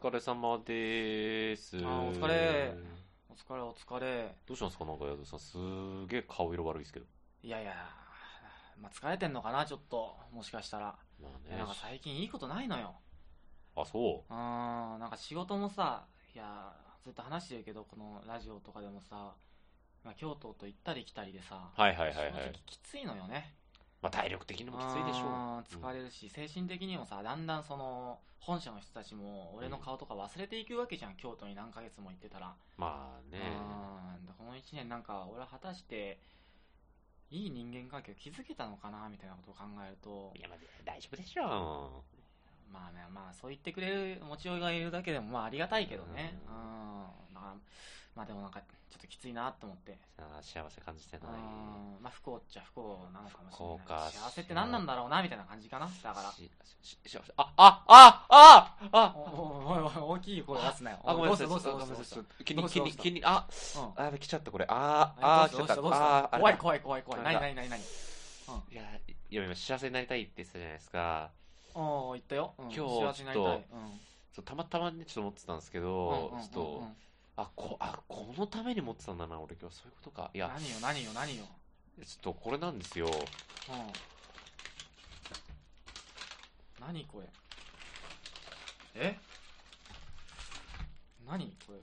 疲れ様です。あーお疲れお疲れお疲れどうしたんですかなんか、矢田さん、すげえ顔色悪いですけど。いやいや、まあ、疲れてんのかなちょっともしかしたら、まあいやねなん。か最近いいことないのよあ、そうーんなんか仕事もさいやずっと話してるけどこのラジオとかでもさ、まあ、京都と行ったり来たりでさ、う。はいはいはいは正直い。きついのよねまあ、体力的にもきついでしょう。あー疲れるし、精神的にもさだんだんその本社の人たちも俺の顔とか忘れていくわけじゃん、京都に何ヶ月も行ってたら、まあね。うんでこの1年なんか俺は果たしていい人間関係を築けたのかなみたいなことを考えるといや、まあ、大丈夫でしょまあねまあそう言ってくれる持ちよいがいるだけでもまあありがたいけどねううんんまあ、まあでもなんかちょっときついなと思ってう。あー幸せ感じてうなんい。まあ不幸っちゃ不幸なのかもし不れ幸なかい幸せって何なんだろうなみたいな感じかなだからししししあ、あ、あ、あ、あ、おおおいおい大きい声出すなよあ、ごめんなさい。どうしたちょどっうとしたごめんどなうしさたどうしどういちょっと気に、気に、した気に、あ、たうんあ、来ちゃった、これ。あー、あー、来ちどゃうっしたた。どうしたあー、あ怖いれだ怖い怖い怖いあ何れだ何何何うんいや、いや今幸せになりたいって言ってたじゃないですか。おー言ったよ、うん、今日幸せになりたいそうたまたまね、ちょっと思ってたんですけうんうんどうん、うんちょっと、あ、こ、あ、このために持ってたんだな、俺今日。そういうことか。いや、何よ何よ何よ、ちょっとこれなんですよ。うん、何これえ何これ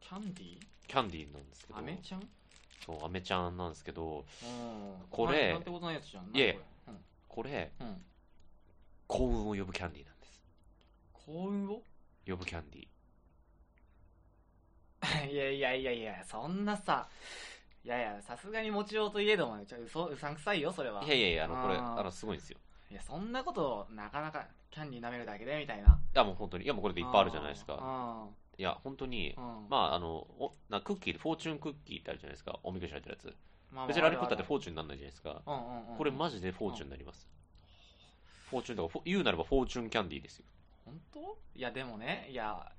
キャンディーキャンディーなんですけどア。メちゃんうんそう、アメちゃんなんですけど、これななんてことないやつじゃんいえ何これこれ、うん、うん、幸運を呼ぶキャンディーなんです。幸運を 呼ぶキャンディー。いやいやいやいやそんなさいやいやさすがに持ちようといえどもちょうそうさんくさいよそれはいやいやいや、あの、これ、あーあの、すごいんですよ。いやそんなことなかなかキャンディー舐めるだけでみたいないや、もう本当に、いや、もうこれでいっぱいあるじゃないですか。かいや、本当に、まあ、あの、おなクッキーで、フォーチュンクッキーってあるじゃないですか。おみくじ入ってるやあつ。別にあれ食ったるってフォーチュンにならないじゃないですか。うんうんうんこれマジでフォーチュンになります。フォーチュンとか、フォ言うならばフォーチュンキャンディーですよ。本当いやでもねいや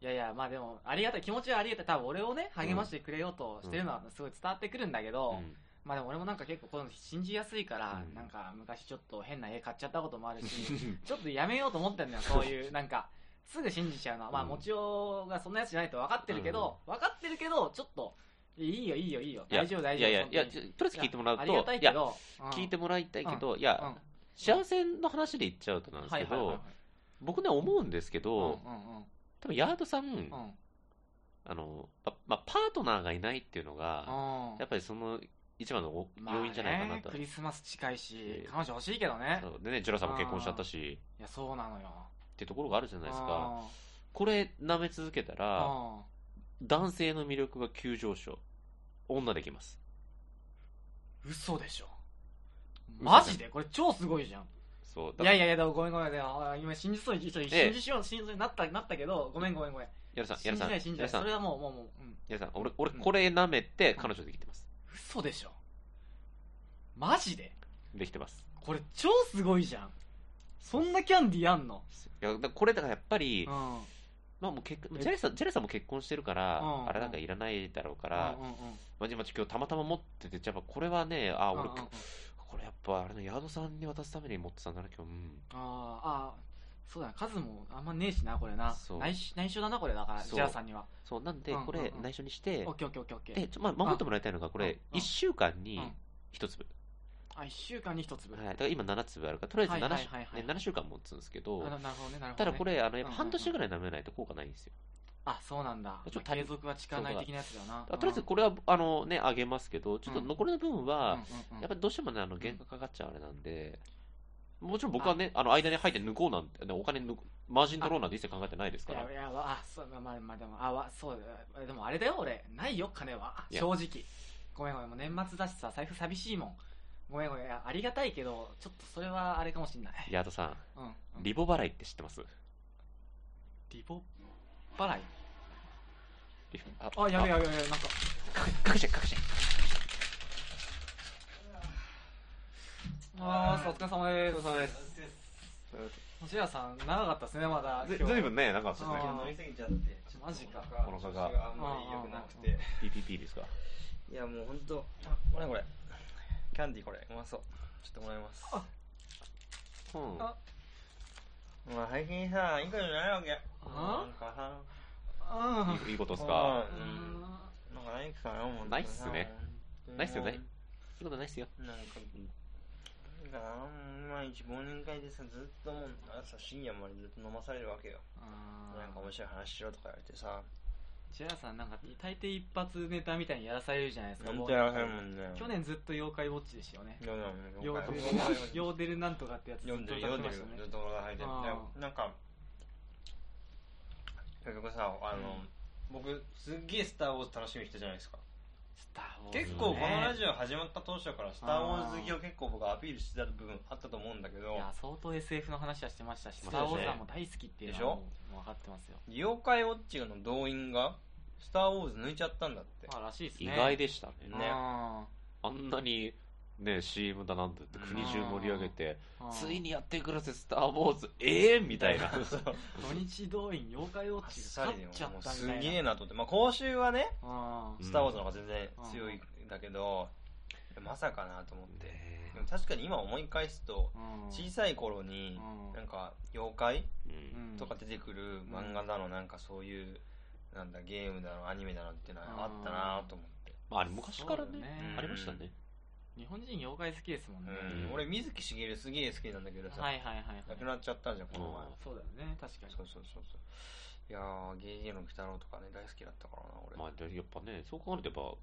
いやいやまあでもありがたい気持ちはありがたい多分俺をね励ましてくれようとしてるのはすごい伝わってくるんだけど、うんまあでも俺もなんか結構こういうの信じやすいから、うんなんか昔ちょっと変な絵買っちゃったこともあるし ちょっとやめようと思ってんだよそういうなんかすぐ信じちゃうのはまあうんもちろがそんなやつじゃないと分かってるけど、分かってるけどちょっといいよいいよいいよいや大丈夫大い丈夫や本いや、い当や、にちょとりあえず聞いてもらうあと、りがたいけどうん聞いてもらいたいけど、いや、うん幸せの話で言っちゃうとなんですはけいはいはいはいど、僕ね、思うんですけうんうんど、多分ヤードさん、うんうんあの、ままあ、パートナーがいないっていうのが、うんやっぱりその一番のおまあ要因じゃないかなねと。クリスマス近いしええ彼女欲しいけどねそうでね、ジュラさんも結婚しちゃったし、いやそうなのよっていうところがあるじゃないですか。あこれ、舐め続けたあら、あ男性の魅力が急上昇。女できます。あ嘘でしょ嘘じゃんマジでこれ超すごいじゃんそう。いだやから、いやいやでもごめんごめんでもあ今信じそうにちょっとええ信じそう信じそうになったなったけどごめんごめんごめんヤドさん、ヤ信じドさん、なヤい信じなドいさそん、れはもうもうもううんヤドさん、俺、俺、これ舐めて彼女できてます。嘘でしょマジでできてます。これ超すごいじゃんそんなキャンディーあんのいやだからこれだからやっぱり、うんうんまあもう結えジェレさんジェレさんも結婚してるから、うんあれなんかいらないだろうかうら、んうんまじまじ今日たまたま持ってて、やっぱこれはね、あ、うんう俺、んうんこれやっぱあれのヤードさんに渡すために持ってたんだな、今日。うん。あーあーそうだな数もあんまねえしなこれなそう内緒内緒だなこれだからそうジャラさんにはそう、なんでうんこうんれうん内緒にして、オッケーオッケーオッケーオッケーで、ちょ、まあ、守ってもらいたいのが、うこんうれん、 1週間にうん1粒。あ1週間に1粒、はい。だから今7粒あるから、とりあえずはいは 7,、いはいはいね、7週間持つんですけどあ、ななるほどねなるほど、ね、ただこれ、あの、やっぱ半うんう年んうぐらい舐めないと効果ないんですよ。あそうなんだちょっと継続は力ない的なやつだよなあとりあえずこれは、あのね、あげますけど、ちょっとうん残りの分うんは、うんうんやっぱりどうしてもね、あの、原価かかっちゃうあれなんで、もちろん僕はね、あの、間に入って抜こうなんて、ねお金抜く、マージン取ろうなんて一切考えてないですから。いやいやあそうまあまあまあでもあわそうだでもあれだよ俺ないよ金はいや正直ごめんごめんもう年末だしさ財布寂しいもんごめんごめんいやありがたいけどちょっとそれはあれかもしんないヤードさ、うんうんん、リボ払いって知ってますリボ払いリああやべやべやべなんかあ隠して、隠して。あーお疲れ様です様です。星谷さん長かったですねまだず今日ずいぶんね、なんかそうですあね。ー飲みすぎちゃって、ちょっとマジかお腹があんまり良くなくて。 PPP ですかいや、もう本当、あ、これこれ。キャンディーこれ、うまそう。ちょっともらいます。あうん。あまあ最近さ、いいことないわけ。あなんかさ、あいいいことっすかうん。なんかないっすかね、もう。ないっすね。ないっすよねもいいことないっすよ。うなんか、なんかな、まあ一忘年会でさ、ずっともう朝深夜までずっと飲まされるわけよ。なんか面白い話しろとか言われてさ、ジェラさんなんか大抵一発ネタみたいにやらされるじゃないですか本当やらせるもんね。去年ずっと妖怪ウォッチでしたよねいやいや、ヨ了ーデル解ヨーデルなんとかってやつずっ読んとでる歌っ読てんでましるたねずっと俺が入ってるあでなんか結局さあの、僕すっげえ「スター・ウォーズ」楽しみにしてたじゃないですかスター・ウォーズね結構このラジオ始まった当初から「スター・ウォーズ」好きを結構僕アピールしてた部分あったと思うんだけいどや相当 SF の話はしてましたし「そスうタだー・ウねォーズ」はもう大好きっていうのはでもうもう分かってますよ妖怪ウォッチの動員が「スター・ウォーズ」抜いちゃったんだってまあらしいです意ね外ででしたね。ねねあんなに、ね、CM だなんだって国中盛り上げて、ついにやってくるぜ、スター・ウォーズ、ええみたい な。そうあっ土日動員妖怪ウォッチさがり勝でっもちゃったうみすたいなげえなと思ってまあ今週はねうん「スター・ウォーズ」の方が全然強いんだけど、まさかなと思ってねでも確かに今思い返すとうん小さい頃にうんなんか妖怪うんうんとか出てくる漫画だのなんかそういうなんだゲームだのアニメだのってのはあったなと思って、まあ、あれ昔かそらうだね、よありましたね。日本人妖怪好きですもんねうん俺水木しげるすげえ好きなんだけどさ、はいはいはいはい亡くなっちゃったじゃんこのそうん前、うだよね確かにそうそうそうそういやーゲーゲーの鬼太郎とかね大好きだったからな俺、まあ、でやっぱね、そう考えるとやっぱ、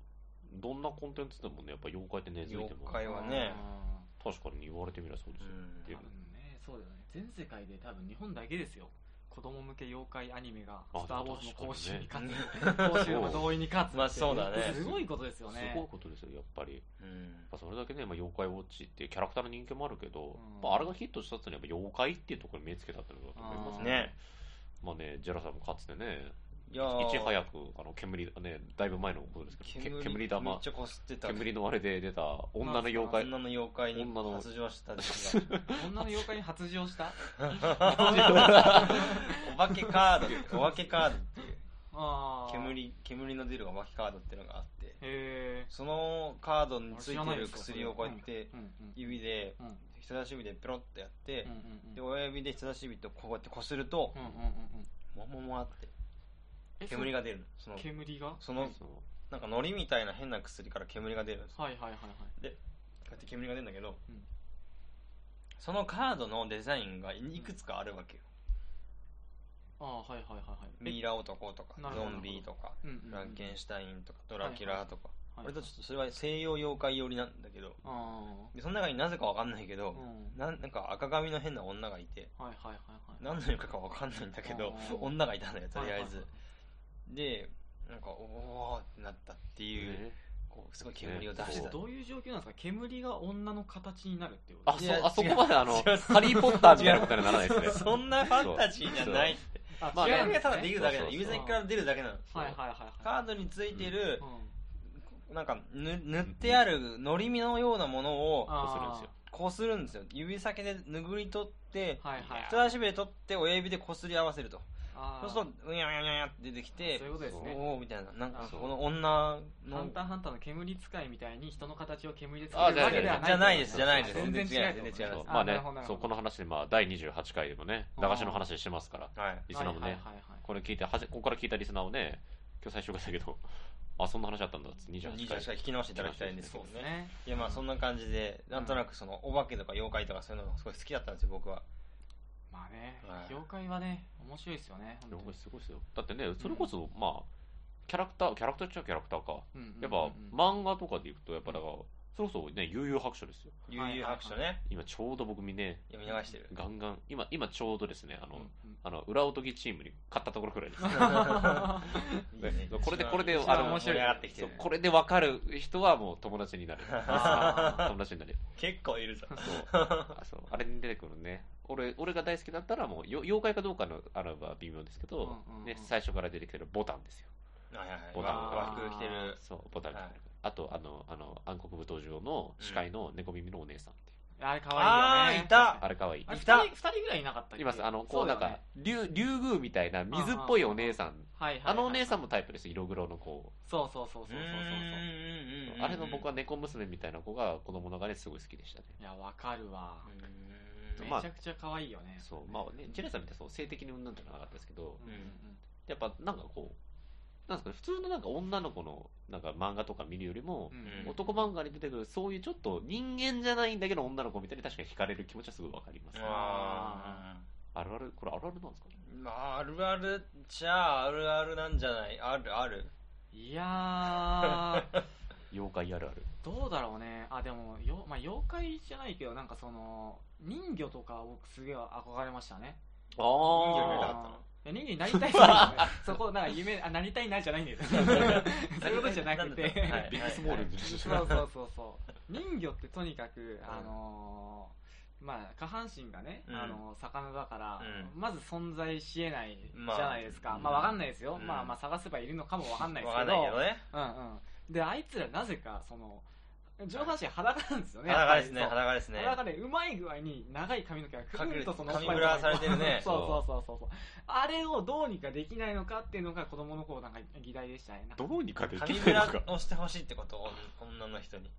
どんなコンテンツでもね、やっぱ妖怪って根付いても、妖怪はねう確かに言われてみればそうですよ。うんでん多分ねそうだよね全世界で多分日本だけですよ子供向け妖怪アニメが「あスター・ウォーズ」の確かにね講習に勝つ講習の同意に勝つってまあそうだねすごいことですよねすごいことですよ、やっぱり。やっうんぱそれだけね、まあ、妖怪ウォッチっていうキャラクターの人気もあるけど、うんやっぱあれがヒットしたっていうのは、やっぱ妖怪っていうところに目つけたってことだと思いますね。ねまあね、ジェラさんもかつてね、いやーいち早く、あの、煙、ね、だいぶ前のことですけど、け煙煙めっ玉、ちゃこすってた煙のあれで出た女の妖怪。女の妖怪に女の発情した時 が女の妖怪に発情 したお化けカードお化けカードっていうああ煙煙の出るお化けカードっていうのがあってへえそのカードについてる薬をこうやってうんうん指でうん人差し指でペロッとやってうんうんでうん親指で人差し指とこうやってこするとうんうんうんうんもももあってえ煙が出るのそその煙がはそのそのなんか糊みたいな変な薬から煙が出るんですこいはいはいはいうやって煙が出るんだけどうんそのカードのデザインがいくつかあるわけよああはいはいはいはいえミイラ男とかなるほゾどンビとかうんうんうんフランケンシュタインとかドラキュラとかはい割とちょっとそれは西洋妖怪寄りなんだけどあでその中になぜかわかんないけあどうんなんなんか赤髪の変な女がいてはいはいはいはい何の妖怪かわかんないんだけどうん女がいたんだよとりあえはずいでなんかおおってなったっていう、ねこうすごい煙を出はいはいしそたうどういう状況なんですか煙が女の形になるっていうことあ、いそや、あそ違うこまであの、違うハリーポッターみたいなことにはならないですね。そんなファンタジーじゃないってあまあ違違ううんがですただね出るだけそうそなのう指先から出るだけなのはいはいはいカはードについてるい、うんなんかぬ塗ってあるのりみのようなものをあそうするんですよこするんですよ指先で拭い取ってはいはい人差し指で取って親指でこすり合わせるとあーそうするとうにゃうにゃうにゃうにゃって出てきてそういうことですねおおみたいななんかそうこの女ハのンターハンターの煙使いみたいに人の形を煙であ作るわけではないじゃないですってことじゃないです全然違う全然違うそうあまあなねるほどな、るほそどう、この話で、まあ、第28回でもね、駄菓子の話してますから、はいリスナーもね、はいはいはいはいこれ聞いて、はじここから聞いたリスナーをね、今日最初回だけど、 あ、そんな話だったんだって、28 28回。回聞き直していただきたいんですけそどうですねねいやまあそんな感じでなんとなくそのお化けとか妖怪とかそういうのがすごい好きだったんですよ僕はまあねはい業界はね面白いですよね本当にすごいですよ。だってね、それこそ、まあ、キャラクター、キャラクターっちゃキャラクターか。うんうんうんうんやっぱ、漫画とかでいくと、やっぱだから、それこそね、悠々白書ですよ。悠々白書ね今ちょうど僕見ね、読み流してるガンガン、今、今ちょうどですね、あうのん、うんあの、裏おとぎチームに勝ったところくらいです。いいねこれでこれで一あ番の面盛白いり上がってきてそうるねこれで分かる人はもう友達になる。 あー友達になる。結構いるぞそう。あそうあれに出てくるね。俺俺が大好きだったらもうよ妖怪かどうかのあれば微妙ですけど、うんうんうんね、最初から出てきてるボタンですよ。はいはいはいボタン和和服着てるそうボタン、はいあとあのあの暗黒舞踏上の司会の猫耳のお姉さんっていう、あれ可愛いよねあーいたあれかわいいあ。れい二た人二人ぐらいいなかったっけいますあのこそうだなよねんか竜竜宮みたいな水っぽいお姉さん。はいはいはいあのお姉さんもタイプです色黒の子、そうそうそうそうそうそうそううあれの僕は猫娘みたいな子が子供の中ですごい好きでしたねいやわかるわうんとめまあちゃくちゃ可愛いよね。そうまあねジェネさんみたいにそう性的に産んだんじゃなかったですけどうんうんうんやっぱなんかこうなんですかね普通のなんか女の子のなんか漫画とか見るよりもう、んうん男漫画に出てくるそういうちょっと人間じゃないんだけど女の子みたいに確かに惹かれる気持ちはすごいわかります、んああるあるこれあるあるなんですかねーまああるあるじゃああるあるなんじゃないあるあるいやー、妖怪あるあるどうだろうね。 あ、でも、よまあ、妖怪じゃないけど、なんかその、人魚とか僕すげえ憧れましたね。人魚になりたあかあったのいや人間になりたいじゃないそこ、なんか夢、あ、なりたいなじゃないんだよ。そういうことじゃなくて。んだはいビッグスモールズそうそうそうそう。人魚ってとにかく、あのーまあ、下半身がね、うんあのー魚だから、うまず存在しえないじまあゃないですか。まあ、うんわかんないですよ。うんまあまあ、探せばいるのかもわかんないでわすけかんど。ないけどねうんうん。で、あいつらなぜか、その、上半身裸なんですよね。裸ですねやっぱり裸ですそうね裸でうまい具合に長い髪の毛がくるんとその隠れ神ブラされてるね そうそうそうそうそう。あれをどうにかできないのかっていうのが子供の頃なんか議題でしたね。なんかどうにかでき神ないの村かをしてほしいってこと女の人に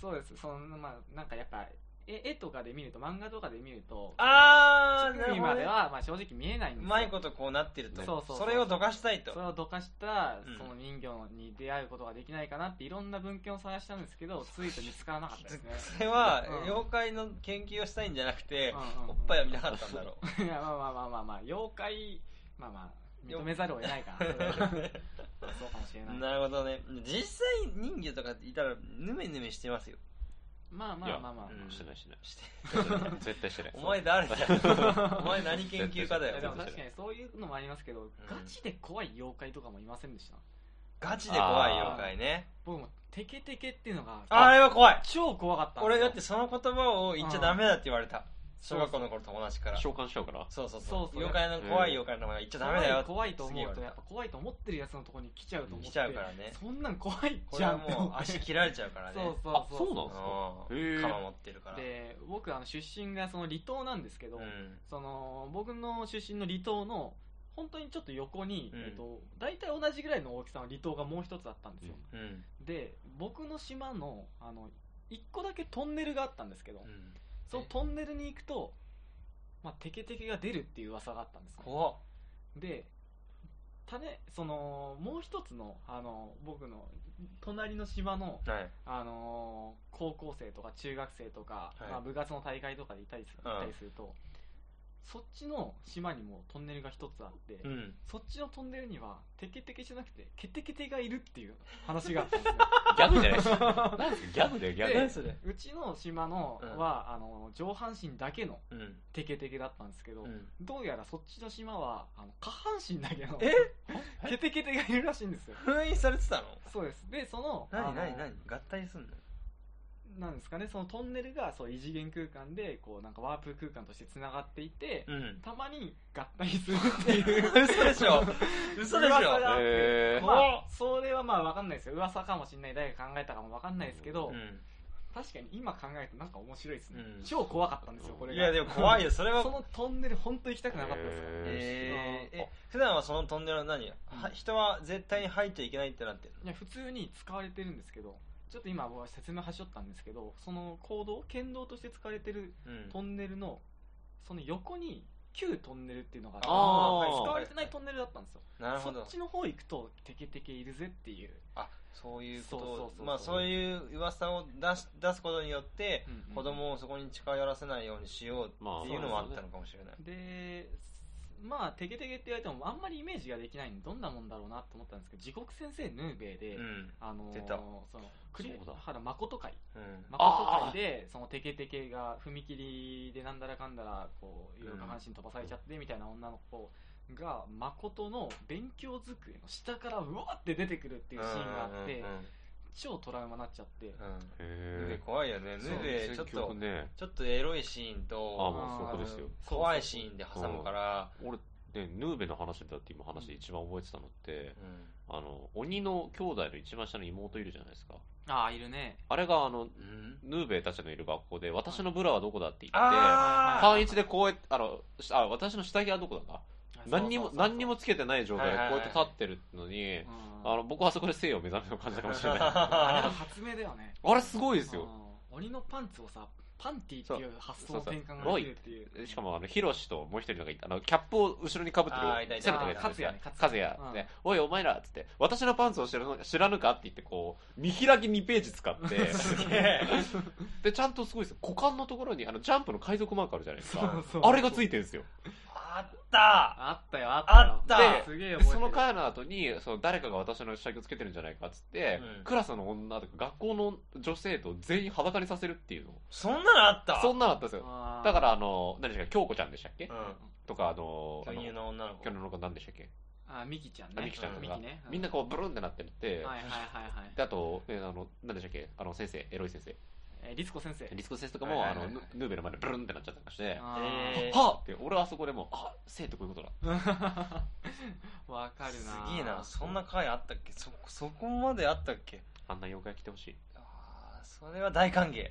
そうです。そのまあなんかやっぱ絵絵とかで見ると漫画とかで見ると、あー乳なる首ほどまねではまあ正直見えないんうですよ。まいことこうなってるそとうそうそうれをどかしたいとそれをどかしたうんその人魚に出会うことができないかなっていろんな文献を探したんですけど、ついと見つからなかったです ね。それはうん妖怪の研究をしたいんじゃなくてうんうんうんおっぱいは見なかったんだ ろ いやまあまあまあまあまあ妖怪まあまあ認めざるを得ない かなそれはそうかもしれなういなるほどね実際人魚とかいたらヌメヌメしてますよまあまあまあまあ、いやうんしてないしてないして 絶対してないお前誰だよお前何研究家いだややでよも確かにそういうのもありますけど、ガチで怖い妖怪とかもいませんでしたガチで怖い妖怪ね僕もテケテケっていうのがあれは怖い超怖かったんです俺よだってその言葉を言っちゃダメだって言われたそうそう小学校の頃友達から召喚しちゃうからそうそうそうそそうう妖怪の怖い妖怪の名前言っちゃダメだ怖いよ怖いと思うとすげえ言わやれったぱ怖いと思ってるやつのところに来ちゃうと思って来ちゃうからねそんなん怖いこじれゃはんもう足切られちゃうからねそうそうあそうそうなんですかうへんえ鎌持ってるからで僕あの出身がその離島なんですけど、うんその僕の出身の離島の本当にちょっと横に、うんえっと、大体同じぐらいの大きさの離島がもう一つあったんですよ、うんで僕の島のあの一個だけトンネルがあったんですけど、うんそのトンネルに行くと、まあ、テケテケが出るっていう噂があったんですね怖っで種そのもう一つのあの僕の隣の島の、はいあのー高校生とか中学生とか、はいまあ、部活の大会とかでいたりする,、うんいたりするとそっちの島にもトンネルが一つあって、うんそっちのトンネルにはテケテケじゃなくてケテケテがいるっていう 話があったんです よギャグじゃない ですかなんですかギャグだよギャグでそれうちの島のは、あの上半身だけのうんテケテケだったんですけど、うんどうやらそっちの島はあの下半身だけのえ ケテケテがいるらしいんですよ封印されてたのそうですでそのあの何何何合体すんのなんですかねそのトンネルがそう異次元空間でこうなんかワープ空間としてつながっていて、うんたまに合体するって いう嘘でしょ嘘でし噂ょがあってへーまあ、それはまあ分かんないですよ噂かもしれない誰が考えたかも分かんないですけど、う確かに今考えるとなんか面白いですね、うん超怖かったんですよこれんがいやでも怖いよよそれはそのトンネル本当行きたくなかったですからねえーうんえ普段はそのトンネルは何、は人は絶対に入っちゃいけないってなってるいや普通に使われてるんですけどちょっと今僕は説明端折ったんですけどその行動県道として使われてるの、うんトンネルのその横に旧トンネルっていうのがあってあーはいはい使われてないトンネルだったんですよなるほそどっちの方行くとテケテケいるぜっていう、あそういうことそうそうをそうまあそういう噂を出し出すことによって、子供をそこに近寄らせないようにしようまあっていうのもあったのかもしれない、ですまあテケテケって言われてもあんまりイメージができないんでどんなもんだろうなと思ったんですけど地獄先生ヌーベイで、うんあのー出たその栗そうだ原誠会うん誠会でそのテケテケが踏切でなんだらかんだらこういろいろ下半身飛ばされちゃってみたいな女の子が誠の勉強机の下からうわーって出てくるっていうシーンがあって超トラウマになっちゃってうんうんうんうんヌベへ怖いよえねヌベちょっ結局とねちょっとエロいシーンあともうそこですよ怖いシーンで挟むから、俺ねヌーベの話だって今話で一番覚えてたのってうんあの鬼の兄弟の一番下の妹いるじゃないですかああいるねあれがあのうん、ヌーベたちのいる学校で私のブラはどこだって言ってあ単一でこうやってあのしあ私の下着はどこだか何にも何にもつけてない状態でこうやって立ってるのにああの僕はあそこで性を 目覚めの感じたかもしれないあれは発明だよねあれすごいですうよん鬼のパンツをさパンティっていう発想の転換そうがそうできるっていうでしかも、あの、ヒロシともう一人のがいた、あの、キャップを後ろにかぶってあーいたる、い攻ためてるやつですよあーカズ勝也ねヤ勝也。でおい、お前らっつって、私のパンツを知らぬ知らぬかって言って、こう、見開き2ページ使って、 で、ちゃんとすごいですよ。股間のところに、あの、ジャンプの海賊マークあるじゃないですそか。うそうあれがついてるんですよ。あったあったよあったよあったすげえで覚えてそるの回の後に、その誰かが私の下着をつけてるんじゃないかっつって、うんクラスの女とか学校の女性と全員裸にさせるっていうの。そんなのあったそんなのあったんですよ。あーだから、あの、何でしたっけ、京子ちゃんでしたっけうん。とか、あの、あ巨の乳の女の子去。年の子なんでしたっけあミキちゃんねあミキちゃんとミかキねみんなこうブルンってなってって、はいはいはいはいであと、ね、あのなんでしたっけあの先生エロい先生えーリツコ先生リスコ先生とかも、はいはいはいあのヌヌーベルまでブルンってなっちゃったりしてはあえーあって俺はあそこでもうあ生ってこういうことだーわかるすなげえな、そんな回あったっけそ、そこまであったっけあんな妖怪来てほしいあーそれは大歓迎。来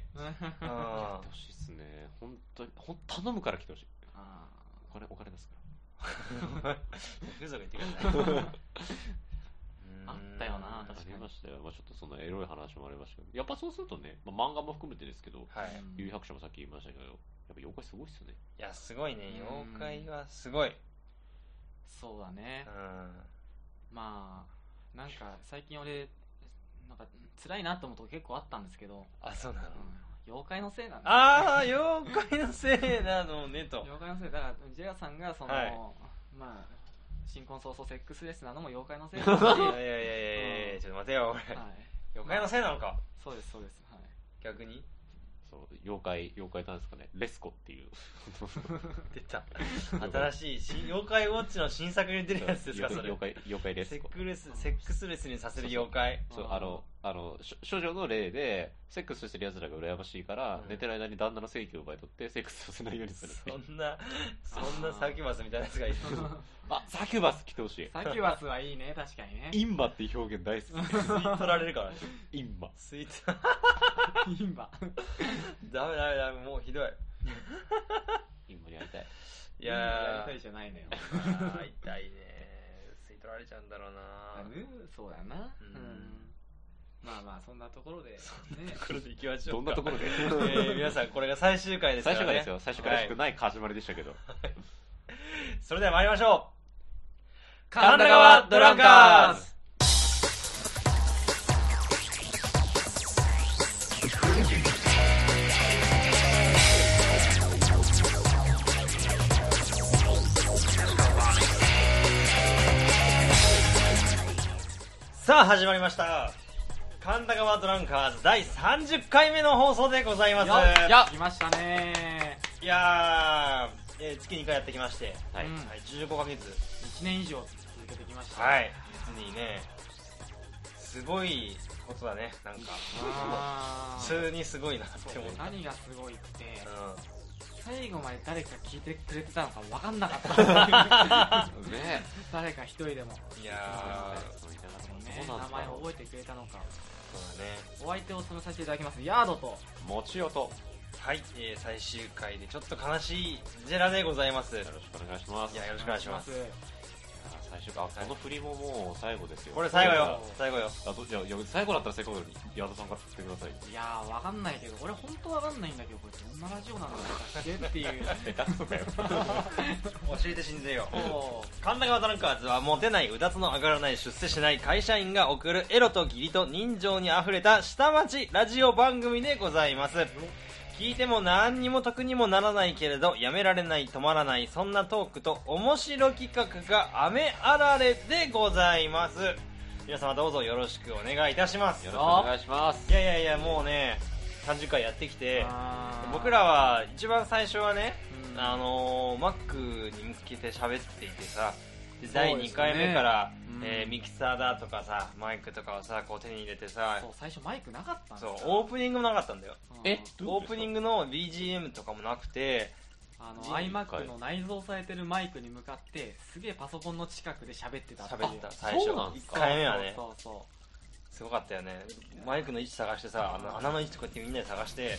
あてほしいっすね本当にほん頼むから来てほしいあお金お金出すかーふざけてください。 あったよなうーんら確かにありましたよ、まあ、ちょっとそのエロい話もありましたけどやっぱそうするとね、まあ、漫画も含めてですけどはい。ー有百社もさっき言いましたけどやっぱ妖怪すごいっすよねいや、すごいねう。ん妖怪はすごい。そうだねうまあなんか最近俺なんか辛いなと思うとこ結構あったんですけど、ん。あ、そうなのうん妖怪のせいなんだああ、妖怪のせいなのねと。妖怪のせいだからジェラさんがその、はいまあ新婚早々セックスレスなのも妖怪のせいだし、はいやいやいやいやいや、ちょっと待てよ、俺。い、妖怪のせいなのかそうですそうです、はい、逆にその妖怪妖怪なんですかねレスコっていう出た。新しい新、妖怪ウォッチの新作に 出るやつですか、それ。妖怪妖怪レセスッコクレス、セックスレスにさせる妖怪。そうあーあのあのし処女の例でセックスしてる奴らが羨ましいから、うん寝てる間に旦那の性器を奪い取ってセックスさせないようにするっていそうんな、そんなサーキュバスみたいなやつがいる。あサキュバス来てほしいサキュバスはいい ね確かにねインマっていう表現大好吸い取られるからね。きインマ吸い取インバダメダメダメ、もうひどい。インマに会いたいいやインバやりたーい、じゃないのよあー痛いね。吸い取られちゃうんだろうなうんそうだなううんんまあまあそんなところでねところで行きましょどうんか。なところでえー皆さん、これが最終回ですか最らね。初からですよ最初からはしいくない始まりでしたけど、それでは参りましょう神田川ドランカーズさあ始まりました神田川ドランカーズ第30回目の放送でございますよっいややっ来ましたねー、えー月2回やってきまして、はい、うんはい、15ヶ月1年以上続けてきましたはい実にねすごいことだねなんかあー普通にすごいなって思った何がすごいってうん最後まで誰か聞いてくれてたのか分かんなか ったね誰か一人でもいやーそう言いながらそもうねそうな名んです前かを覚えてくれたのかそうだねお相手を務めさせていただきますヤードと持ち音よはい、えー最終回でちょっと悲しいジェラでございますいろしくお願いしますやよろしくお願いしますあ最終回あこの振りももう最後ですよこれ最後よ最後よあどいやいや最後だったら最後より矢田さんから振ってくださいよいやー分かんないけど俺本当分かんないんだけどこれどんなラジオなんだったっけっていう下手くそかよ教えて信じてよこ神田川ドランカーズはモテないうだつの上がらない出世しない会社員が送るエロと義理と人情にあふれた下町ラジオ番組でございます聞いても何にも得にもならないけれどやめられない止まらないそんなトークと面白企画が雨あられでございます皆様どうぞよろしくお願いいたしますよろしいくお願いしますやいやいやもうね30回やってきうてあー僕らは一番最初はね、うんあのー、マックに向けて喋っていてさそうでです第ね2回目から、うんえーミキサーだとかさマイクとかをさこう手に入れてさそう最初マイクなかったんそうオープニングもなかったんだよえオープニンググの BGM とかもなくてあの人類 iMac の内蔵されてるマイクに向かってすげえパソコンの近くで喋ってたっていう喋ってた最初そうなんです1か回目はねそうそうそすごかったよねマイクの位置探してさあの穴の位置とかってみんなで探して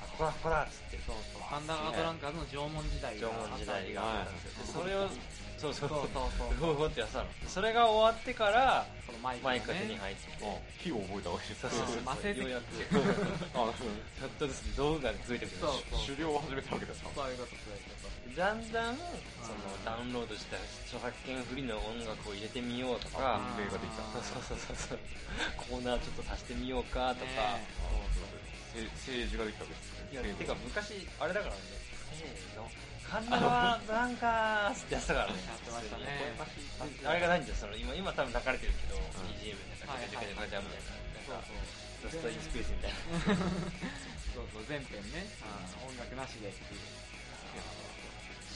あここだここだっつってうそうそうそうアンダーガードランカーズの縄文時代縄文時代があったんですよでそれをそうそうそうそうそうそうふわふわってやさそれが終わってからそのマイクがマイねクが手にうん入って火を覚えたわけですそうそうそうまあ成績ようやくあちょっとずつ道具がついてくるそううん狩猟を始めたわけですかそういうことそういうことだんだんそのダウンロードした著作権不利の音楽を入れてみようとあか運命ができたそうそうそうそうコーナーちょっと足してみようかとか、ねせ政治ができたわけですねいや、て政か治昔、あれだからね、せーの、神田はなんかーっつってやってたからね。やってましたねあれがないんですよ、その今、今多分流れてるけど、BGM で、はいはいジャカジャカジャカジそうャカみたいな、なんか、ロそうそうストインスペースみたいな。そう全編ねあの音楽なしでっていう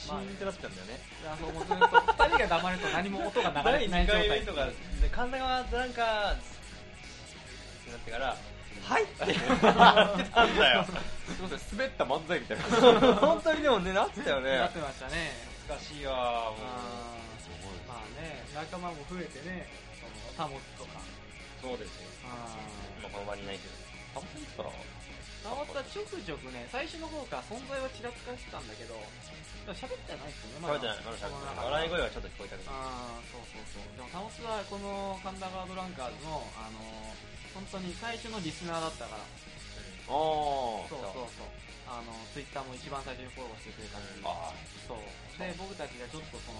シーンってなってたんだよね。いやそうもうずっと2人が黙ると何も音が流れ第てない2状回目態とか、で神田はなんかーっってなってから、はいって言ってたんだよ。すいません滑った漫才みたいな感じ本当にでもね、なってたなよねっ。てましたね難しいわー、もあーまあね仲間も増えてねそのタモスとかう。そうですよ。あ今この場にいないけど。たまにったらータモスはちょくちょくね最初の方から存在はちらつかしてたんだけどでも喋ってないですよねま食だべてなこいの、の中で笑い声はちょっと聞こえたけど。ああそうそうそうでもタモスはこの神田川ドランカーズのあのー本当に最初のリスナーだったからあーそうそうそうあのツイッターも一番最初にフォローしてくれたし、あそうで僕たちがちょっとその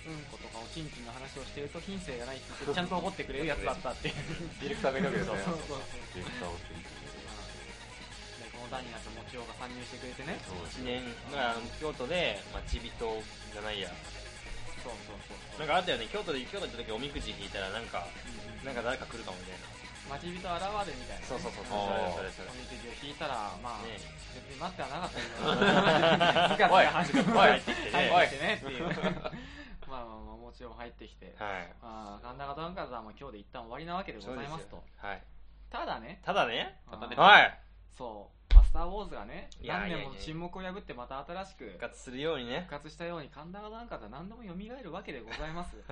うんことかおちんちんの話をしてると品性がないって 言ってちゃんと怒ってくれるやつだったっていうディレクターがいるわけですねそうそうそうディレクターをでこのダニアともちおが参入してくれてねそうです一年、だからあの京都で町人じゃないや。そうそうそうそうなんかあったよね、京都で京都行った時おみくじ引いたらなんか、うんなんか誰か来るかもみたいな。待ち人現れみたいなねそうそうそう、そあーれそれそれそおれ。みくじを引いたらまあ、ね別に待ってはなかった けど部活が始まっておいおい入ってきてねお入いってきてねっていうまあまあまあもちろん入ってきてはい。まあ、神田方アンカーズはもう今日で一旦終わりなわけでございますと。はい。ただね、ただね、ただねあーはい。そう、マスターウォーズがね、いや何年いやもいのや沈黙を破ってまた新しく復活するようにね復。活したように神田方アンカーズは何でも蘇るわけでございます。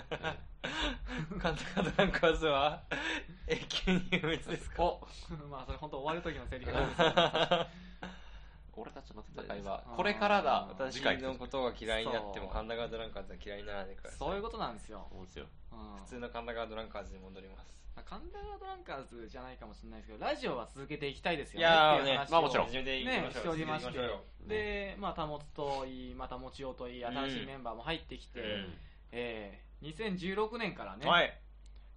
カンタカタンカズは、 永久に不滅ですかおまあ、それ本当終わる時のセリフなんですけど俺たちの戦いはこれからだうん私のことが嫌いになってもそうカンタカタランカーズは嫌いにならないでください。そういうことなんですよ。思うんですようん普通のカンタカタランカーズに戻ります。神田方アンカーズじゃないかもしれないですけど、ラジオは続けていきたいですよいね。やっーていうね話、をまあもちろん始めていきましょう。ねしておりまして続けていきよで、まあ、たもつといい、またもちおといい、新しいメンバーも入ってきて、うんえー2016年からね、はい。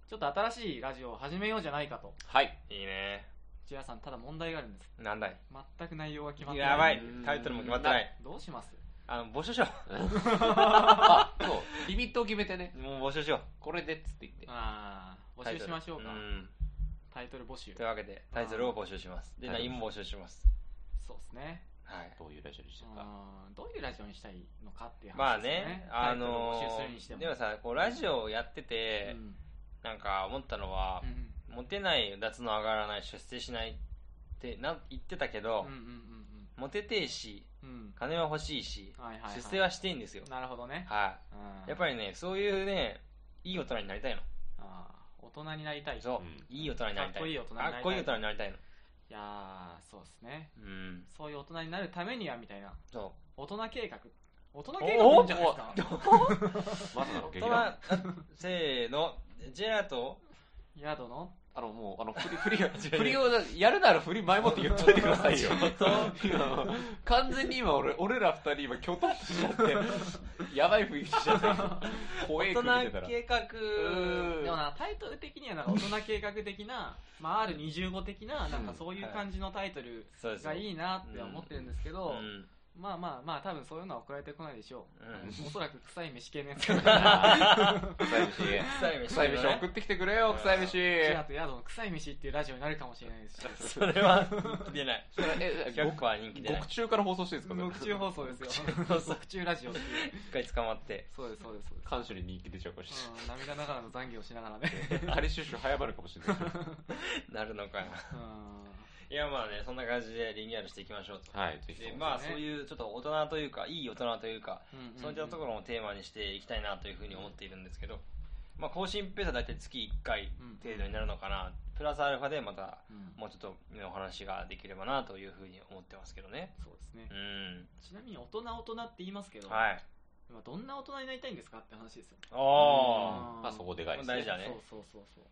ちょっと新しいラジオを始めようじゃないかと。はいいいね。千ラさん、ただ問題があるんです。なんだい全く内容が決まってない。やばいうんタイトルも決まってないどうしますあの募集しよあそうリミットを決めてねうもう募集しよこれでっつって言ってああ、う募集しましょうかタイ。トルんタイトル募集とい。うわけでタイトルを募集しますでタイトル何も募集しますそうですね。はいどういうラジオにしたかうんどういうラジオにしたいのかっていうまあ話ですねね。あタイのトルを募集するにしてーも。でもさこうラジオをやってうんてなんか思ったのはうんモテない脱の上がらない出世しないってな言ってたけうんどうんモテてえしうんうん。金は欲しいしうん。はいはい。出世はしていいんですよなるほどね。はうんいやっぱりねそういうねいい大人になりたいのあー大人になりたい。いそううんいい大人になりたかいっこいい大人になかりたいっこいい大人になりたいのやー、そうですね。うんそういう大人になるためにはみたいな。そう大人計画。大人計画いいんじゃないですか。まさかの劇大人団あせー のジェラート宿のあのもうあの 振り振りを振りをやるなら振り前もって言っといてくださ いよ今完全に今俺俺ら二人今キョトンとしちゃ ってやばい雰囲気しちゃった怖大え組見てた人ら計画うんでもなタイトル的にはなんか大人計画的 な、まあ、R25 的ななんかそういう感じのタイトルそうですがよいいなって思ってるんですけど、うんまあまあまあ多分そういうのは送られてこないでしょう、うおそらく臭い飯系のやつだ から臭い飯臭い飯臭い飯送ってきてくれよ臭い飯チアと宿の臭い飯っていうラジオになるかもしれないですしそれは人気出ないそれえ100個は人気出ない極中から放送してるんですか獄中放送ですよ放送獄中ラジオっていう一回捕まってそうですそうですそうで監視に人気出ちゃうかもしす、うん、涙ながらの懺悔をしながら ね、れないあれ収集早まるかもし れないなるのかなうん、いやまあねそんな感じでリニューアルしていきましょうとはいぜひでともまあそうですそうねいうちょっと大人というかいい大人というかうんうんうんそういったところもテーマにしていきたいなというふうに思っているんですけどまあ更新ペースは大体月1回程度になるのかなプラスアルファでまたうんもうちょっとお話ができればなというふうに思ってますけどねそうですねうんちなみに大人大人って言いますけど、はいまあどんな大人になりたいんですかって話ですよあまあそこでかいです大事だねそうそうそうそう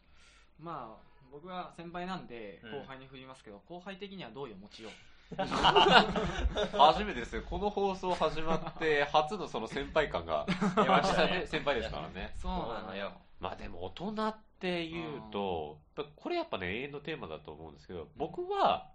まあ僕は先輩なんでうん後輩に振りますけど、後輩的にはどういう持ちよう初めてですねこの放送始まって初のその先輩感があ出ました先ね先輩ですからねそうななののよよまあでも大人っていうとやっぱこれやっぱね永遠のテーマだと思うんですけど僕は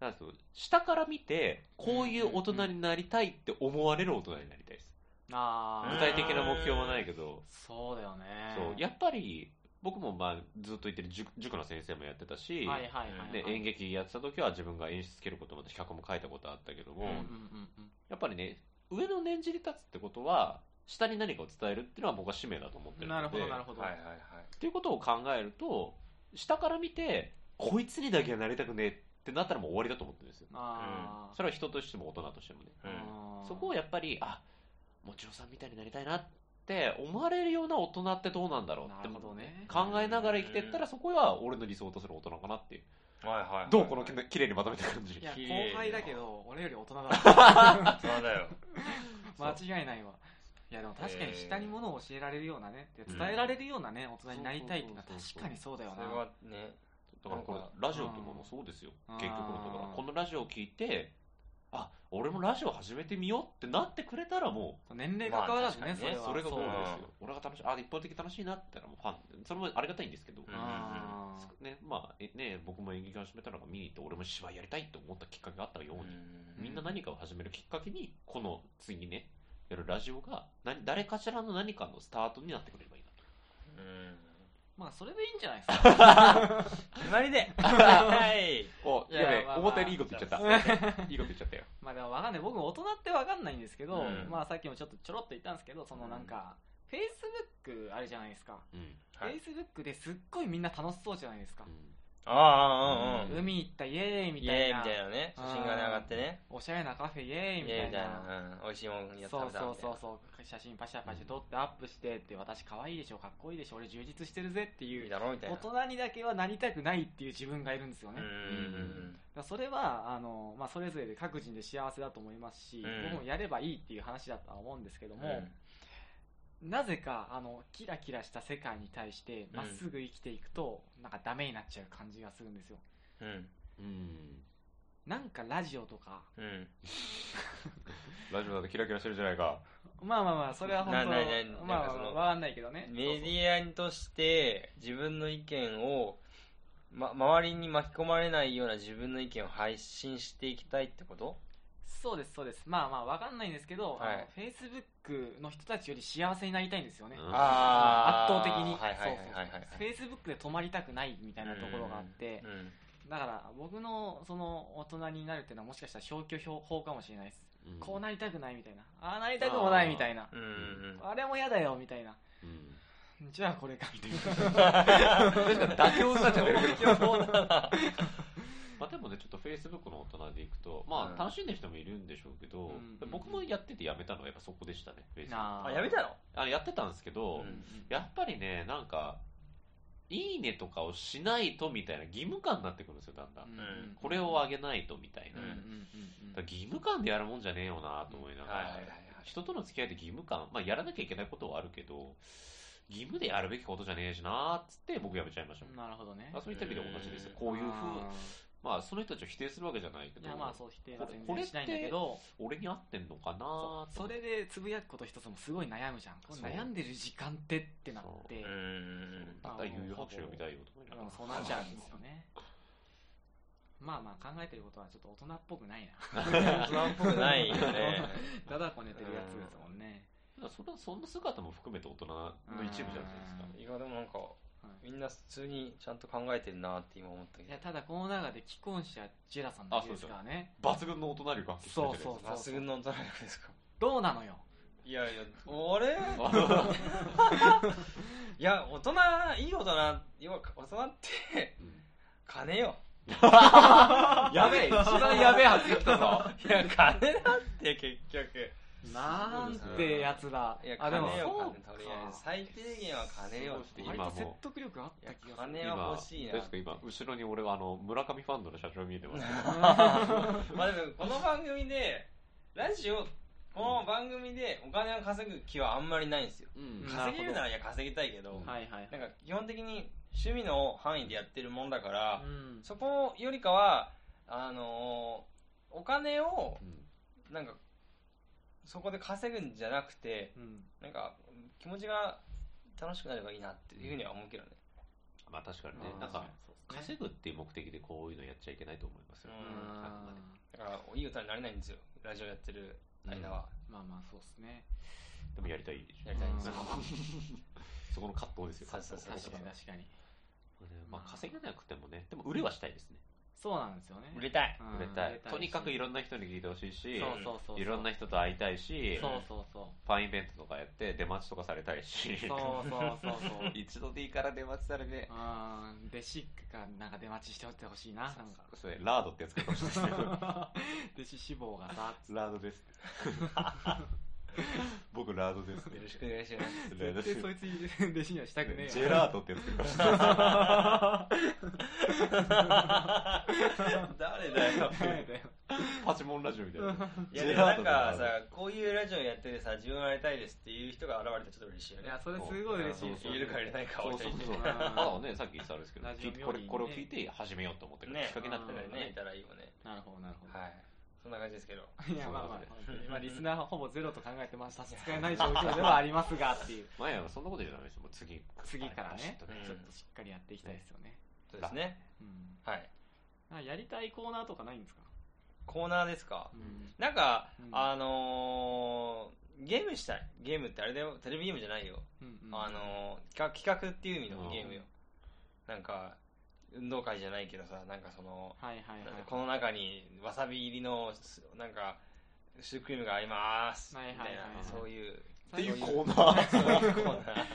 なんですか下から見てこういう大人になりたいって思われる大人になりたいですあー具体的な目標はないけどそうだよねそうやっぱり僕もまあずっと言ってる塾塾の先生もやってたし、はいはいはい、はい、ね、演劇やってた時は自分が演出つけることも企画も書いたことあったけども、うんうんうんうんやっぱりね上の年次に立つってことは下に何かを伝えるっていうのは僕は使命だと思ってるのでなるほどなるほど、はいはいはいっていうことを考えると下から見てこいつにだけはなりたくねえってなったらもう終わりだと思ってるんですよあーそれは人としても大人としてもねうんあーそこをやっぱりあもちろんさんみたいになりたいなって思われるような大人ってどうなんだろうなってるほどね考えながら生きてったらそこは俺の理想とする大人かなっていうはいはいはいどうこのき綺麗にまとめた感じいや綺麗後輩だけど俺より大人 だそうだよそう間違いないわいやでも確かに下に物を教えられるようなね、ん伝えられるようなね大人になりたいっていうのはそうそうそうそう確かにそうだよそなれはねだからこれなんかラジオとかもそうですようん結局のところうんこのラジオを聞いてあ俺もラジオ始めてみようってなってくれたらも年齢関わらずね,、まあそ確かにれねうはそれがゴールそうでだすよ俺が楽しいあ一方的に楽しいなって言ったらもうファンそれもありがたいんですけど、うんあーねまあえね、僕も演劇を始めたのが見に行って俺も芝居やりたいと思ったきっかけがあったように、うんみんな何かを始めるきっかけにこの次ねやるラジオが何誰かしらの何かのスタートになってくれればいいなとうんまあそれでいいんじゃないです か決ま りではいおやべえ表にいいこと言っちゃったいいこと言っちゃったよまあでもわかんない僕も大人ってわかんないんですけど、うんまあさっきもちょっとちょろっと言ったんですけどそのなんか、フェイスブックあるじゃないですか、うん、はフェいイスブックですっごいみんな楽しそうじゃないですか、ああうんうん海行ったイエーイみイたエーいイみなたいなね写真がね上がってねおしゃれなカフェイエーイイみエーたイいみたいななうん美味しいもんやったそう食べたそうそうみそう写真パシャパシャ撮ってアップしてって私可愛いでしょかっこいいでしょ俺充実してるぜってたいないいういだろうみたい大な人にだけはなりたくないっていう自分がいるんですよね、うんうだんからそれはあの、まあ、それぞれで各人で幸せだと思いますし、うん僕もやればいいっていう話だとは思うんですけどうんも、なぜかあのキラキラした世界に対してまっすぐ生きていくと、なんかダメになっちゃう感じがするんですようんうんなんかラジオとかうんラジオだとキラキラしてるじゃないかまあまあまあそれは本当なななまなんあかまそあのまあわかんないけどねメディアとして自分の意見を、ま、周りに巻き込まれないような自分の意見を配信していきたいってことそうですそうですまあまあわかんないんですけど、はいフェイスブックの人たちより幸せになりたいんですよね、うん圧あ倒ー的にはいはいはいはいフェイスブックで止まりたくないみたいなところがあってうんうんだから僕のその大人になるっていうのはもしかしたら消去法かもしれないです、うんこうなりたくないみたいなああなりたくもないみたいなうんうんあれも嫌だよみたいな うんじゃあこれかみたいな妥協になっちゃってるけどなまあでもねちょっとフェイスブックの大人でいくとまうんあ楽しんでる人もいるんでしょうけど、うん僕もやっててやめたのはやっぱそこでしたね Facebook なあやめたのあのやってたんですけど、うんやっぱりねなんか「いいね」とかをしないとみたいな義務感になってくるんですよだんだん、うんうんこれをあげないとみたいな、うんうんだかうんら義務感でやるもんじゃねえよなと思いながら、はいはいはいはい人との付き合いって義務感、まあ、やらなきゃいけないことはあるけど義務でやるべきことじゃねえしなっつって僕やめちゃいましたうもんん、なるほどねまあ、そういった意味で同じですようんこういうふうあまあその人たちを否定するわけじゃないけーどいやまあそう否定は全然しないんだけど俺に合ってんのかなそとうそれでつぶやくこと一つもすごい悩むじゃんこれそう悩んでる時間ってってなってうんうんだったら有用拍手が見たいよとか言いながうんらそうなっちゃうんですよねまあまあ考えてることはちょっと大人っぽくないな大人っぽくないよ ねだだこねてるやつですもんねだからそのそんな姿も含めて大人の一部じゃないですかうんいやでもなんかはいみんな普通にちゃんと考えてるなって今思ったけいどやただこの中で既婚者ジェラさんだけですからね抜群の大人力発揮してるじゃないですかそうまっすぐの大人なんですかどうなのよいやい やあれあ いや大人いい大人要は大人って金よやべえ、一番やべえ発言来たぞ。いや、金だって、結局。なんてやつだいや、あで金もよ、そう金。とりあえず、か最低限は金よって今割もと説得力あっいやた気、がする金は今欲し い、な。ですか今、後ろに俺はあの、村上ファンドの社長見えてます。まあでも、この番組で、ラジオ、この番組でお金を稼ぐ気はあんまりないんですようんなるほど稼げるならいや稼ぎたいけど、うんはいはいなんか基本的に趣味の範囲でやってるもんだから、うんそこよりかはあのーお金をなんかそこで稼ぐんじゃなくてうんなんか気持ちが楽しくなればいいなっていうふうには思うけどね、まあ確かにねあーなんかそうっすね稼ぐっていう目的でこういうのやっちゃいけないと思いますよ、ううんあくまでだからいい歌になれないんですよラジオやってる間は、まあまあそうですねでもやりたいでしょやりたいんですよ、そこの葛藤ですよそうそうそう葛確藤かに確かにまあ稼げなくてもねでも売れはしたいですね、そうなんですよね売れたいうん売れたいしとにかくいろんな人に聞いてほしいしそうそうそうそういろんな人と会いたいしそうそうそうファンイベントとかやって出待ちとかされたいしそうそうそう そう一度でいいから出待ちされてあーでシックかなんか出待ちしておいてほしいななんかそれラードってやつかもし れないですけど弟子志望がさラードです僕ラードですよろしくお願いしますラードで絶対すそいつに 弟子にはしたくねえよジェラートってやつかもしれない 誰だよはいだよパチモンラジオみたいな。いやでもなんかさ、こういうラジオやっててさ、自分はやりたいですっていう人が現れたらちょっと嬉しい いよね。やそれすごい嬉しいですそよう言えるか言えないかそ置ういとそういて。そう。うんまだね、さっき言ってたんですけど、ラジオ聞いてこれ妙にこれを聞いて始めようと思ってるきっねかけになったうんか誰らかね、いね。たらいいよね。なるほどなるほどはい。そんな感じですけど。いやまあまあそう本当にまあリスナーはほぼゼロと考えてまあ差し支えない状況ではありますがっていう前はそんなことじゃないですよ。もう次。次からねバシッとちょっとしっかりやっていきたいですよねそうですね。うんはい。なんかやりたいコーナーとかないんですかコーナーですかう。んなんかう、んあのー、ゲームしたい。ゲームってあれだよ、テレビゲームじゃないよ。うんうんあのー、企画企画っていう意味のゲームよ。なんか、運動会じゃないけどさ、なんかその、はいはいはいこの中にわさび入りのすなんかシュークリームが合いますみはたいいはいはいなそういうっていうコーナナー。ーそういうコーナー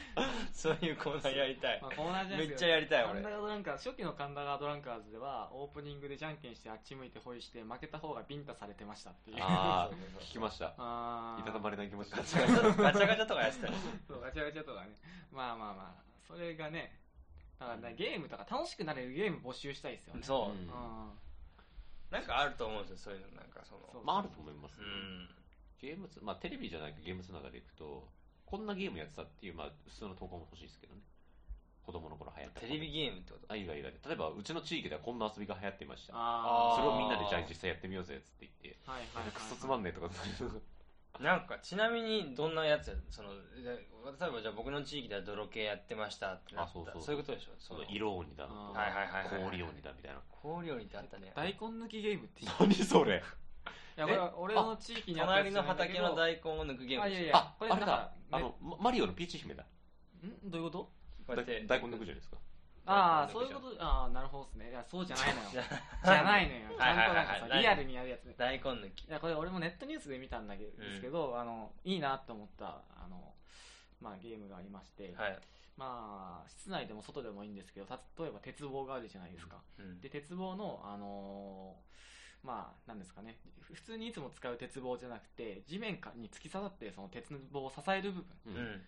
そういうコーナーやりた いまあコーナーじゃなめいっですちけゃどやりたい神俺田川ドランカー初期の神田川ドランカーズではオープニングでじゃんけんしてあっち向いてホイして負けた方がビンタされてましたっていうあそ うあ、そうそう聞きました。あーいたたまれない気持ちだガチャガチャガチャガチャとかやってたよそうガチャガチャとかねまあまあまあそれがねだからねゲームとか楽しくなれるゲーム募集したいですよねそう、うんあなんかあると思うんですよそういうのなんかそのそうまああると思いますうよ。んゲームつ、まあテレビじゃないけどゲームつながりでいくと、こんなゲームやってたっていう、まあ普通の投稿も欲しいですけどね。子供の頃流行った。テレビゲームってことあ、いいわいいわ。例えば、うちの地域ではこんな遊びが流行っていました。あーそれをみんなでじゃあ実際やってみようぜっつって言って、はいはいはいはいクソつまんねえとかそういうのなんかちなみにどんなやつやそのえ例えばじゃあ僕の地域では泥系やってましたってなったあそうそうそういうことでしょそそのの色鬼だのとはいはいはいかはいはい氷鬼だみたいな氷よりってあったね大根抜きゲームってい 何それやこれは俺の地域にあったやつ隣じゃのないんだ畑けどの大根を抜くゲームあでいしょやいやあこあれれなんだかあねのママリオのピーチ姫だんどういうことこうやってだ大根抜くじゃないですかああそういうことああなるほどですねいやそうじゃないのよじゃじゃないのよちはゃいんはいとないはんはいかさリアルにやるやつね大根抜きいやこれ俺もネットニュースで見たんだけど、うんですけどあのいいなと思ったあの、まあ、ゲームがありまして、はい、まあ室内でも外でもいいんですけどた例えば鉄棒があるじゃないですか、うんで鉄棒のあのーまあなんですかね普通にいつも使う鉄棒じゃなくて地面かに突き刺さってその鉄棒を支える部分うんうん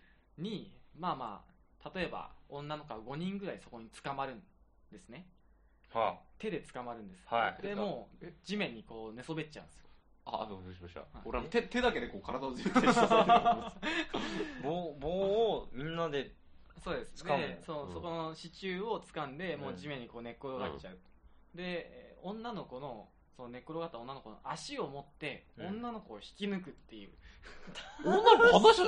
にまあまあ例えば女の子が5人ぐらいそこに捕まるんですねは手で捕まるんです、はいでもうえ地面にこう寝そべっちゃうんですよああどうしましたい俺あの手手だけでこう体をずっと支えてるからあ、棒棒をみんなでそうです掴むでそう、うんそこの支柱を掴んでもう地面にこう寝っ転がっちゃう、でえー女の子のその寝っ転がった女の子の足を持って、うん女の子を引き抜くっていう女の子話し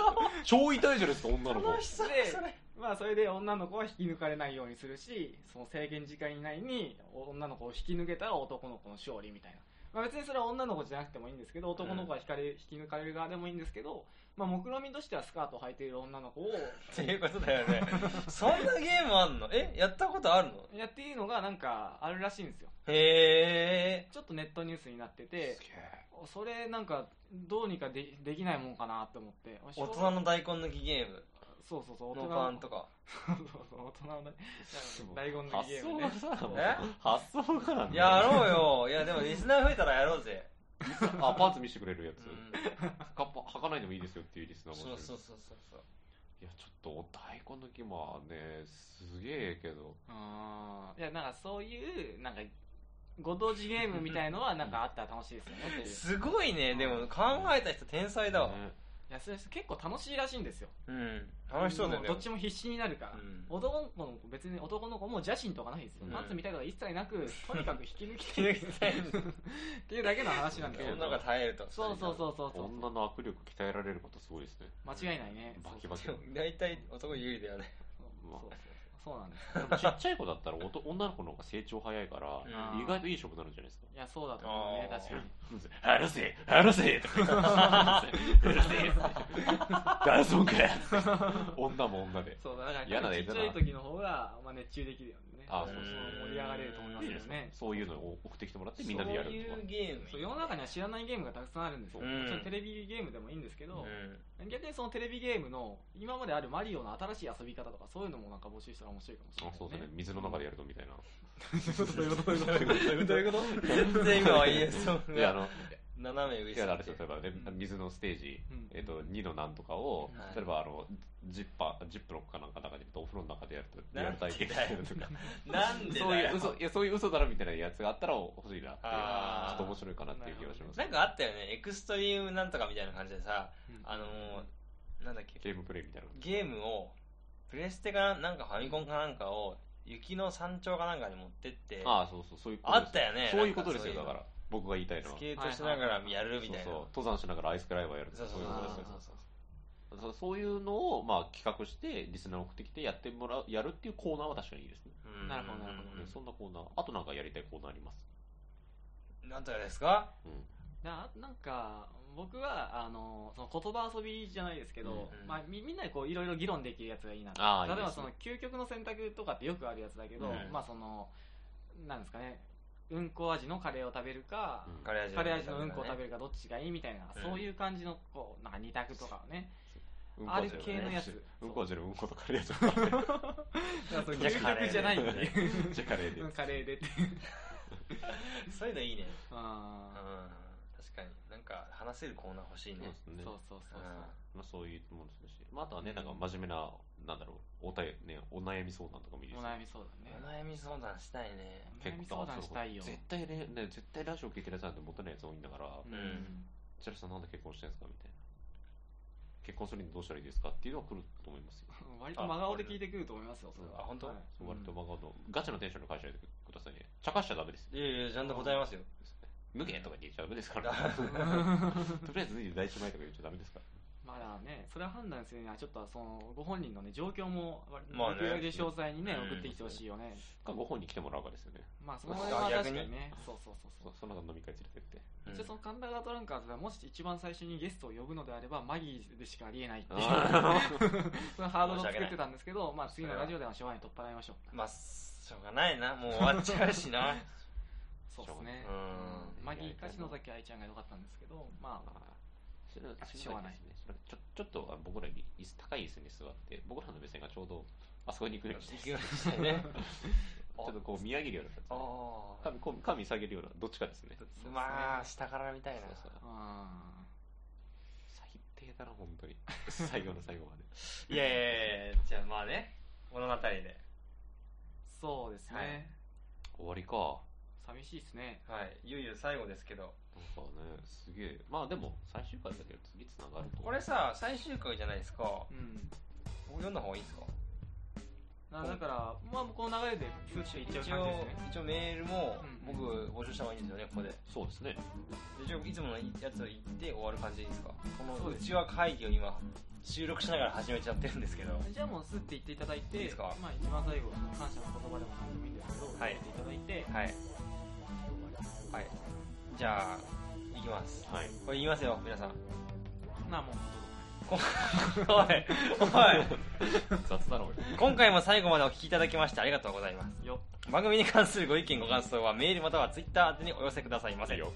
超痛いじゃないですか女の子でまあそれで女の子は引き抜かれないようにするしその制限時間以内に女の子を引き抜けたら男の子の勝利みたいな、まあ、別にそれは女の子じゃなくてもいいんですけど男の子は引かれ、引き抜かれる側でもいいんですけど、まあ、目論見としてはスカートを履いている女の子をっていうことだよねそんなゲームあんのえやったことあるのやっていいのがなんかあるらしいんですよへえちょっとネットニュースになってすげてそれなんかどうにかでできないもんかなと思って大人の大根抜きゲームそうそうそう大の人パンのとか そうそう大人の大根えの発ゲー想ムがねさえ発想がなんだよやろうよいやでもリスナー増えたらやろうぜ、あパンツ見せてくれるやうつん、カッパ履かないでもいいですよっていうリスナーもいそうるそうそうそうそういやちょっと大根の木もねすげえけどあーいやなんかそういうなんかご当地ゲームみたいのはなんかあったら楽しいですよねっていう。いすごいねでも考えた人天才だわや、それ結構楽しいらしいんですよ。うん楽しそうだよねもどっちも必死になるから。うん男の子も別に男の子も邪神とかないですよ、うんパンツ見たいとか一切なくとにかく引き抜き気たい抜 っきたいんだていうだけの話なんうでんすよ女が耐えるとそうそうそうそうそう女の握力鍛えられることすごいですね間違いないねバキそうバキでも大体男有利だよねそうそうそうなんですよでもちっちゃい子だったらおと女の子の方が成長早いから、うん意外といい勝負になるんじゃないですかいやそうだと思うねあー確かに「ハルセハルセ!」とか「ハルセ!」ダンソンか女も女でそうだから嫌なちねっちゃい時の方が、まあ、熱中できるよねあーそうそうそう盛り上がれると思いますいいよですねねそういうのを送ってきてもらってみんなでやるそとかういうゲームそう世の中には知らないゲームがたくさんあるんですよ、うんそれテレビゲームでもいいんですけうど、ん逆にそのテレビゲームの今まであるマリオの新しい遊び方とかそういうのもなんか募集したら面白いかもしれあないそうですね水の中でやるとみたいな、どういうことどういうことどういうこと 全然今は ESO であがの斜め上いやあれです下よ例えばねうん水のステージ、うんえっと2のなんとかを、はい例えばあのジッパージップロックかなんかの中に入れてお風呂の中でやるとリアル体験するとかなんでそうだいよう嘘いやそういう嘘だろみたいなやつがあったら欲しいなっていうあちょーっと面白いかなっていう気がします、なんかあったよねエクストリームなんとかみたいな感じでさあのーなんだっけゲームプレイみたいなゲームをプレステかなんかファミコンかなんかを雪の山頂かなんかに持ってってああそうそうそういうことあですったよねそういうことですよなだんから僕が言いたいのスはケートしながらやるみたいなそうそう登山しながらアイスクライバーやるとそうかそうそういうことですそようそうそうそうそういうのをまあ企画してリスナーを送ってきてやってもらうやるっていうコーナーは確かにいいですね、うんなるほどなるほどうんそんなコーナーあとなんかやりたいコーナーありますなんとかですかうんななんか僕はあのその言葉遊びじゃないですけど、うんうんまあ、みみんなでこういろいろ議論できるやつがいいなああ例えいいばですそねの究極の選択とかってよくあるやつだけど、うんまあそのなんですかねうんこ味のカレーを食べるか、うんカレー味カレー味のうんこを食べるるかどっちがいいみたいな、うんそういう感じのこうなんか二択とかをね、うんこあはるゼロ系のやつうんこはゼロうんことカレーじゃだからそじゃあ究極じゃないんでカレじゃあカレーでうんカレーでってそういうのいいねうんあ確かになんか話せるコーナー欲しいねーそうそうそううまあ、そういうものですし、まあ、あとはね、うんなんか真面目な、なんだろう、おたえ、ね、お悩み相談とかもいいでそうおすよ悩み相ん談おね悩み相談したいねお悩み相談したいよ絶対ね、ね、絶対ラジオ聞いてるやつなんて持たないやつ多いんだから、ん千ラさんなんで結婚してんですかみたいな。結婚するにどうしたらいいですかっていうのは来ると思いますよ。割と真顔で聞いてくると思いますよそれはあ本当はいそう割と真顔の、ガチのテンションの会社でくださいね。茶化しちゃダメです。いやいやちゃんと答えますよ脱げとか言っちゃダメで すから、とりあえず脱いで第一前とか言っちゃダメですから。 まだね、それは判断するには、ちょっとそのご本人の、ね、状況も、まあでねきるだけ詳細に、ねうん送ってきてほしいよね、か、ご本人来てもらうかですよね。まあ、その辺は確かに逆にね、そうそうそうそ、そうその中飲み会連れ てって。一応、そうのん神田川トランカーズは、もし一番最初にゲストを呼ぶのであれば、マギーでしかありえないっていう、 そのハードルを作ってたんですけど、まあ、次のラジオではしょうがない、取っ払いましょう、まあしょうがないなもう終わっちゃうし なそうですねしょう、うんマギーか篠崎愛ちゃんが良かったんですけど、まあ、しょうあしょうががなないいですね。それちょちょっとあの僕らに椅子高い椅子に座って、僕らの目線がちょうどあそこに行くようにして、ち行くようにして ねょっとこう見上げるような感じあであ神神神下げるような、どっちかですね。ねまあ下から見たいなそうそううん最低だな、本当に。最後の最後まで。 いやいやいやじゃあまあね物語でそうですね、はい終わりか。寂しいですね、はいいよいよ最後ですけどなんかね、すげえ。まあでも、最終回だけど次つながると。これさ最終回じゃないですかもうん、う読んだ方がいいですかなだから、まあ、この流れで、スッといっちゃう一感じですね。応一応メールもうん僕募集した方がいいんですよねここでそうですね。一応いつものやつを言って終わる感じでいいですかこそうのうですちは会議を今収録しながら始めちゃってるんですけどじゃあもうスッて言っていただいていいですかまあ、一番最後の感謝の言葉でも何でもいいんですけど、はい言っていただいて、はいはいじゃあいきますはい。これ言いますよ皆さんなあもうおいおい 雑だろ、俺。今回も最後までお聞きいただきましてありがとうございますよ番組に関するご意見ご感想はメールまたはツイッター宛てにお寄せくださいませいいよ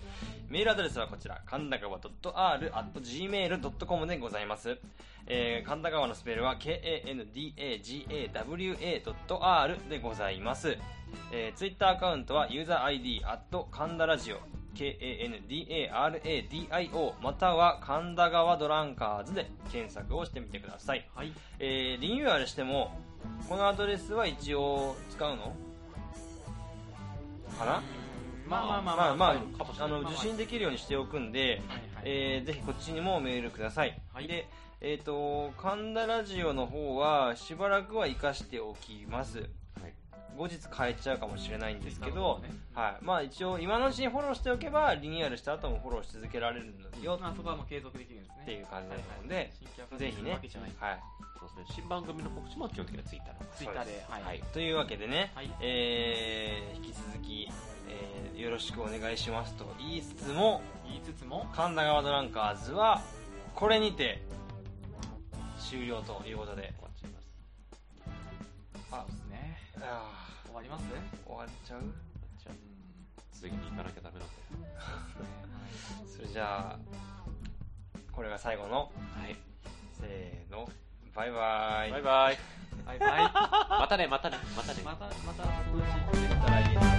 メールアドレスはこちら神田川 .r.gmail.com でございます、えー神田川のスペルは kandagawa.r でございます、えー、ツイッターアカウントはユーザー ID 神田ラジオ KANDARADIO または神田川ドランカーズで検索をしてみてくださいはいえーリニューアルしてもこのアドレスは一応使うのかなうまあまあまあまあまあはいあの受信できるようにしておくんで、はいえーぜひこっちにもメールください、はいでえっ、と神田ラジオの方はしばらくは生かしておきますはい後日変えちゃうかもしれないんですけどなるほねはいまあ、一応今のうちにフォローしておけばリニューアルした後もフォローし続けられるのよまあそこはもう継続できるんですねっていう感じなのはで、いはい新規アカウントぜひねするわけじゃないはい、そうですね新番組の告知も基本的にはツイッターの方ツイッターではい、はいというわけでね、はいえー引き続き、えーよろしくお願いしますと言いつつも言いつつも神田川ドランカーズはこれにて終了ということで終わっちゃいますそうですあねあ終わりますー終わっちゃうじゃあ次に行かなきゃダメなんだよそれじゃあこれが最後のはいせーのバイバイ バイバイはいバイ またねまたねまたねまたまた今年また来月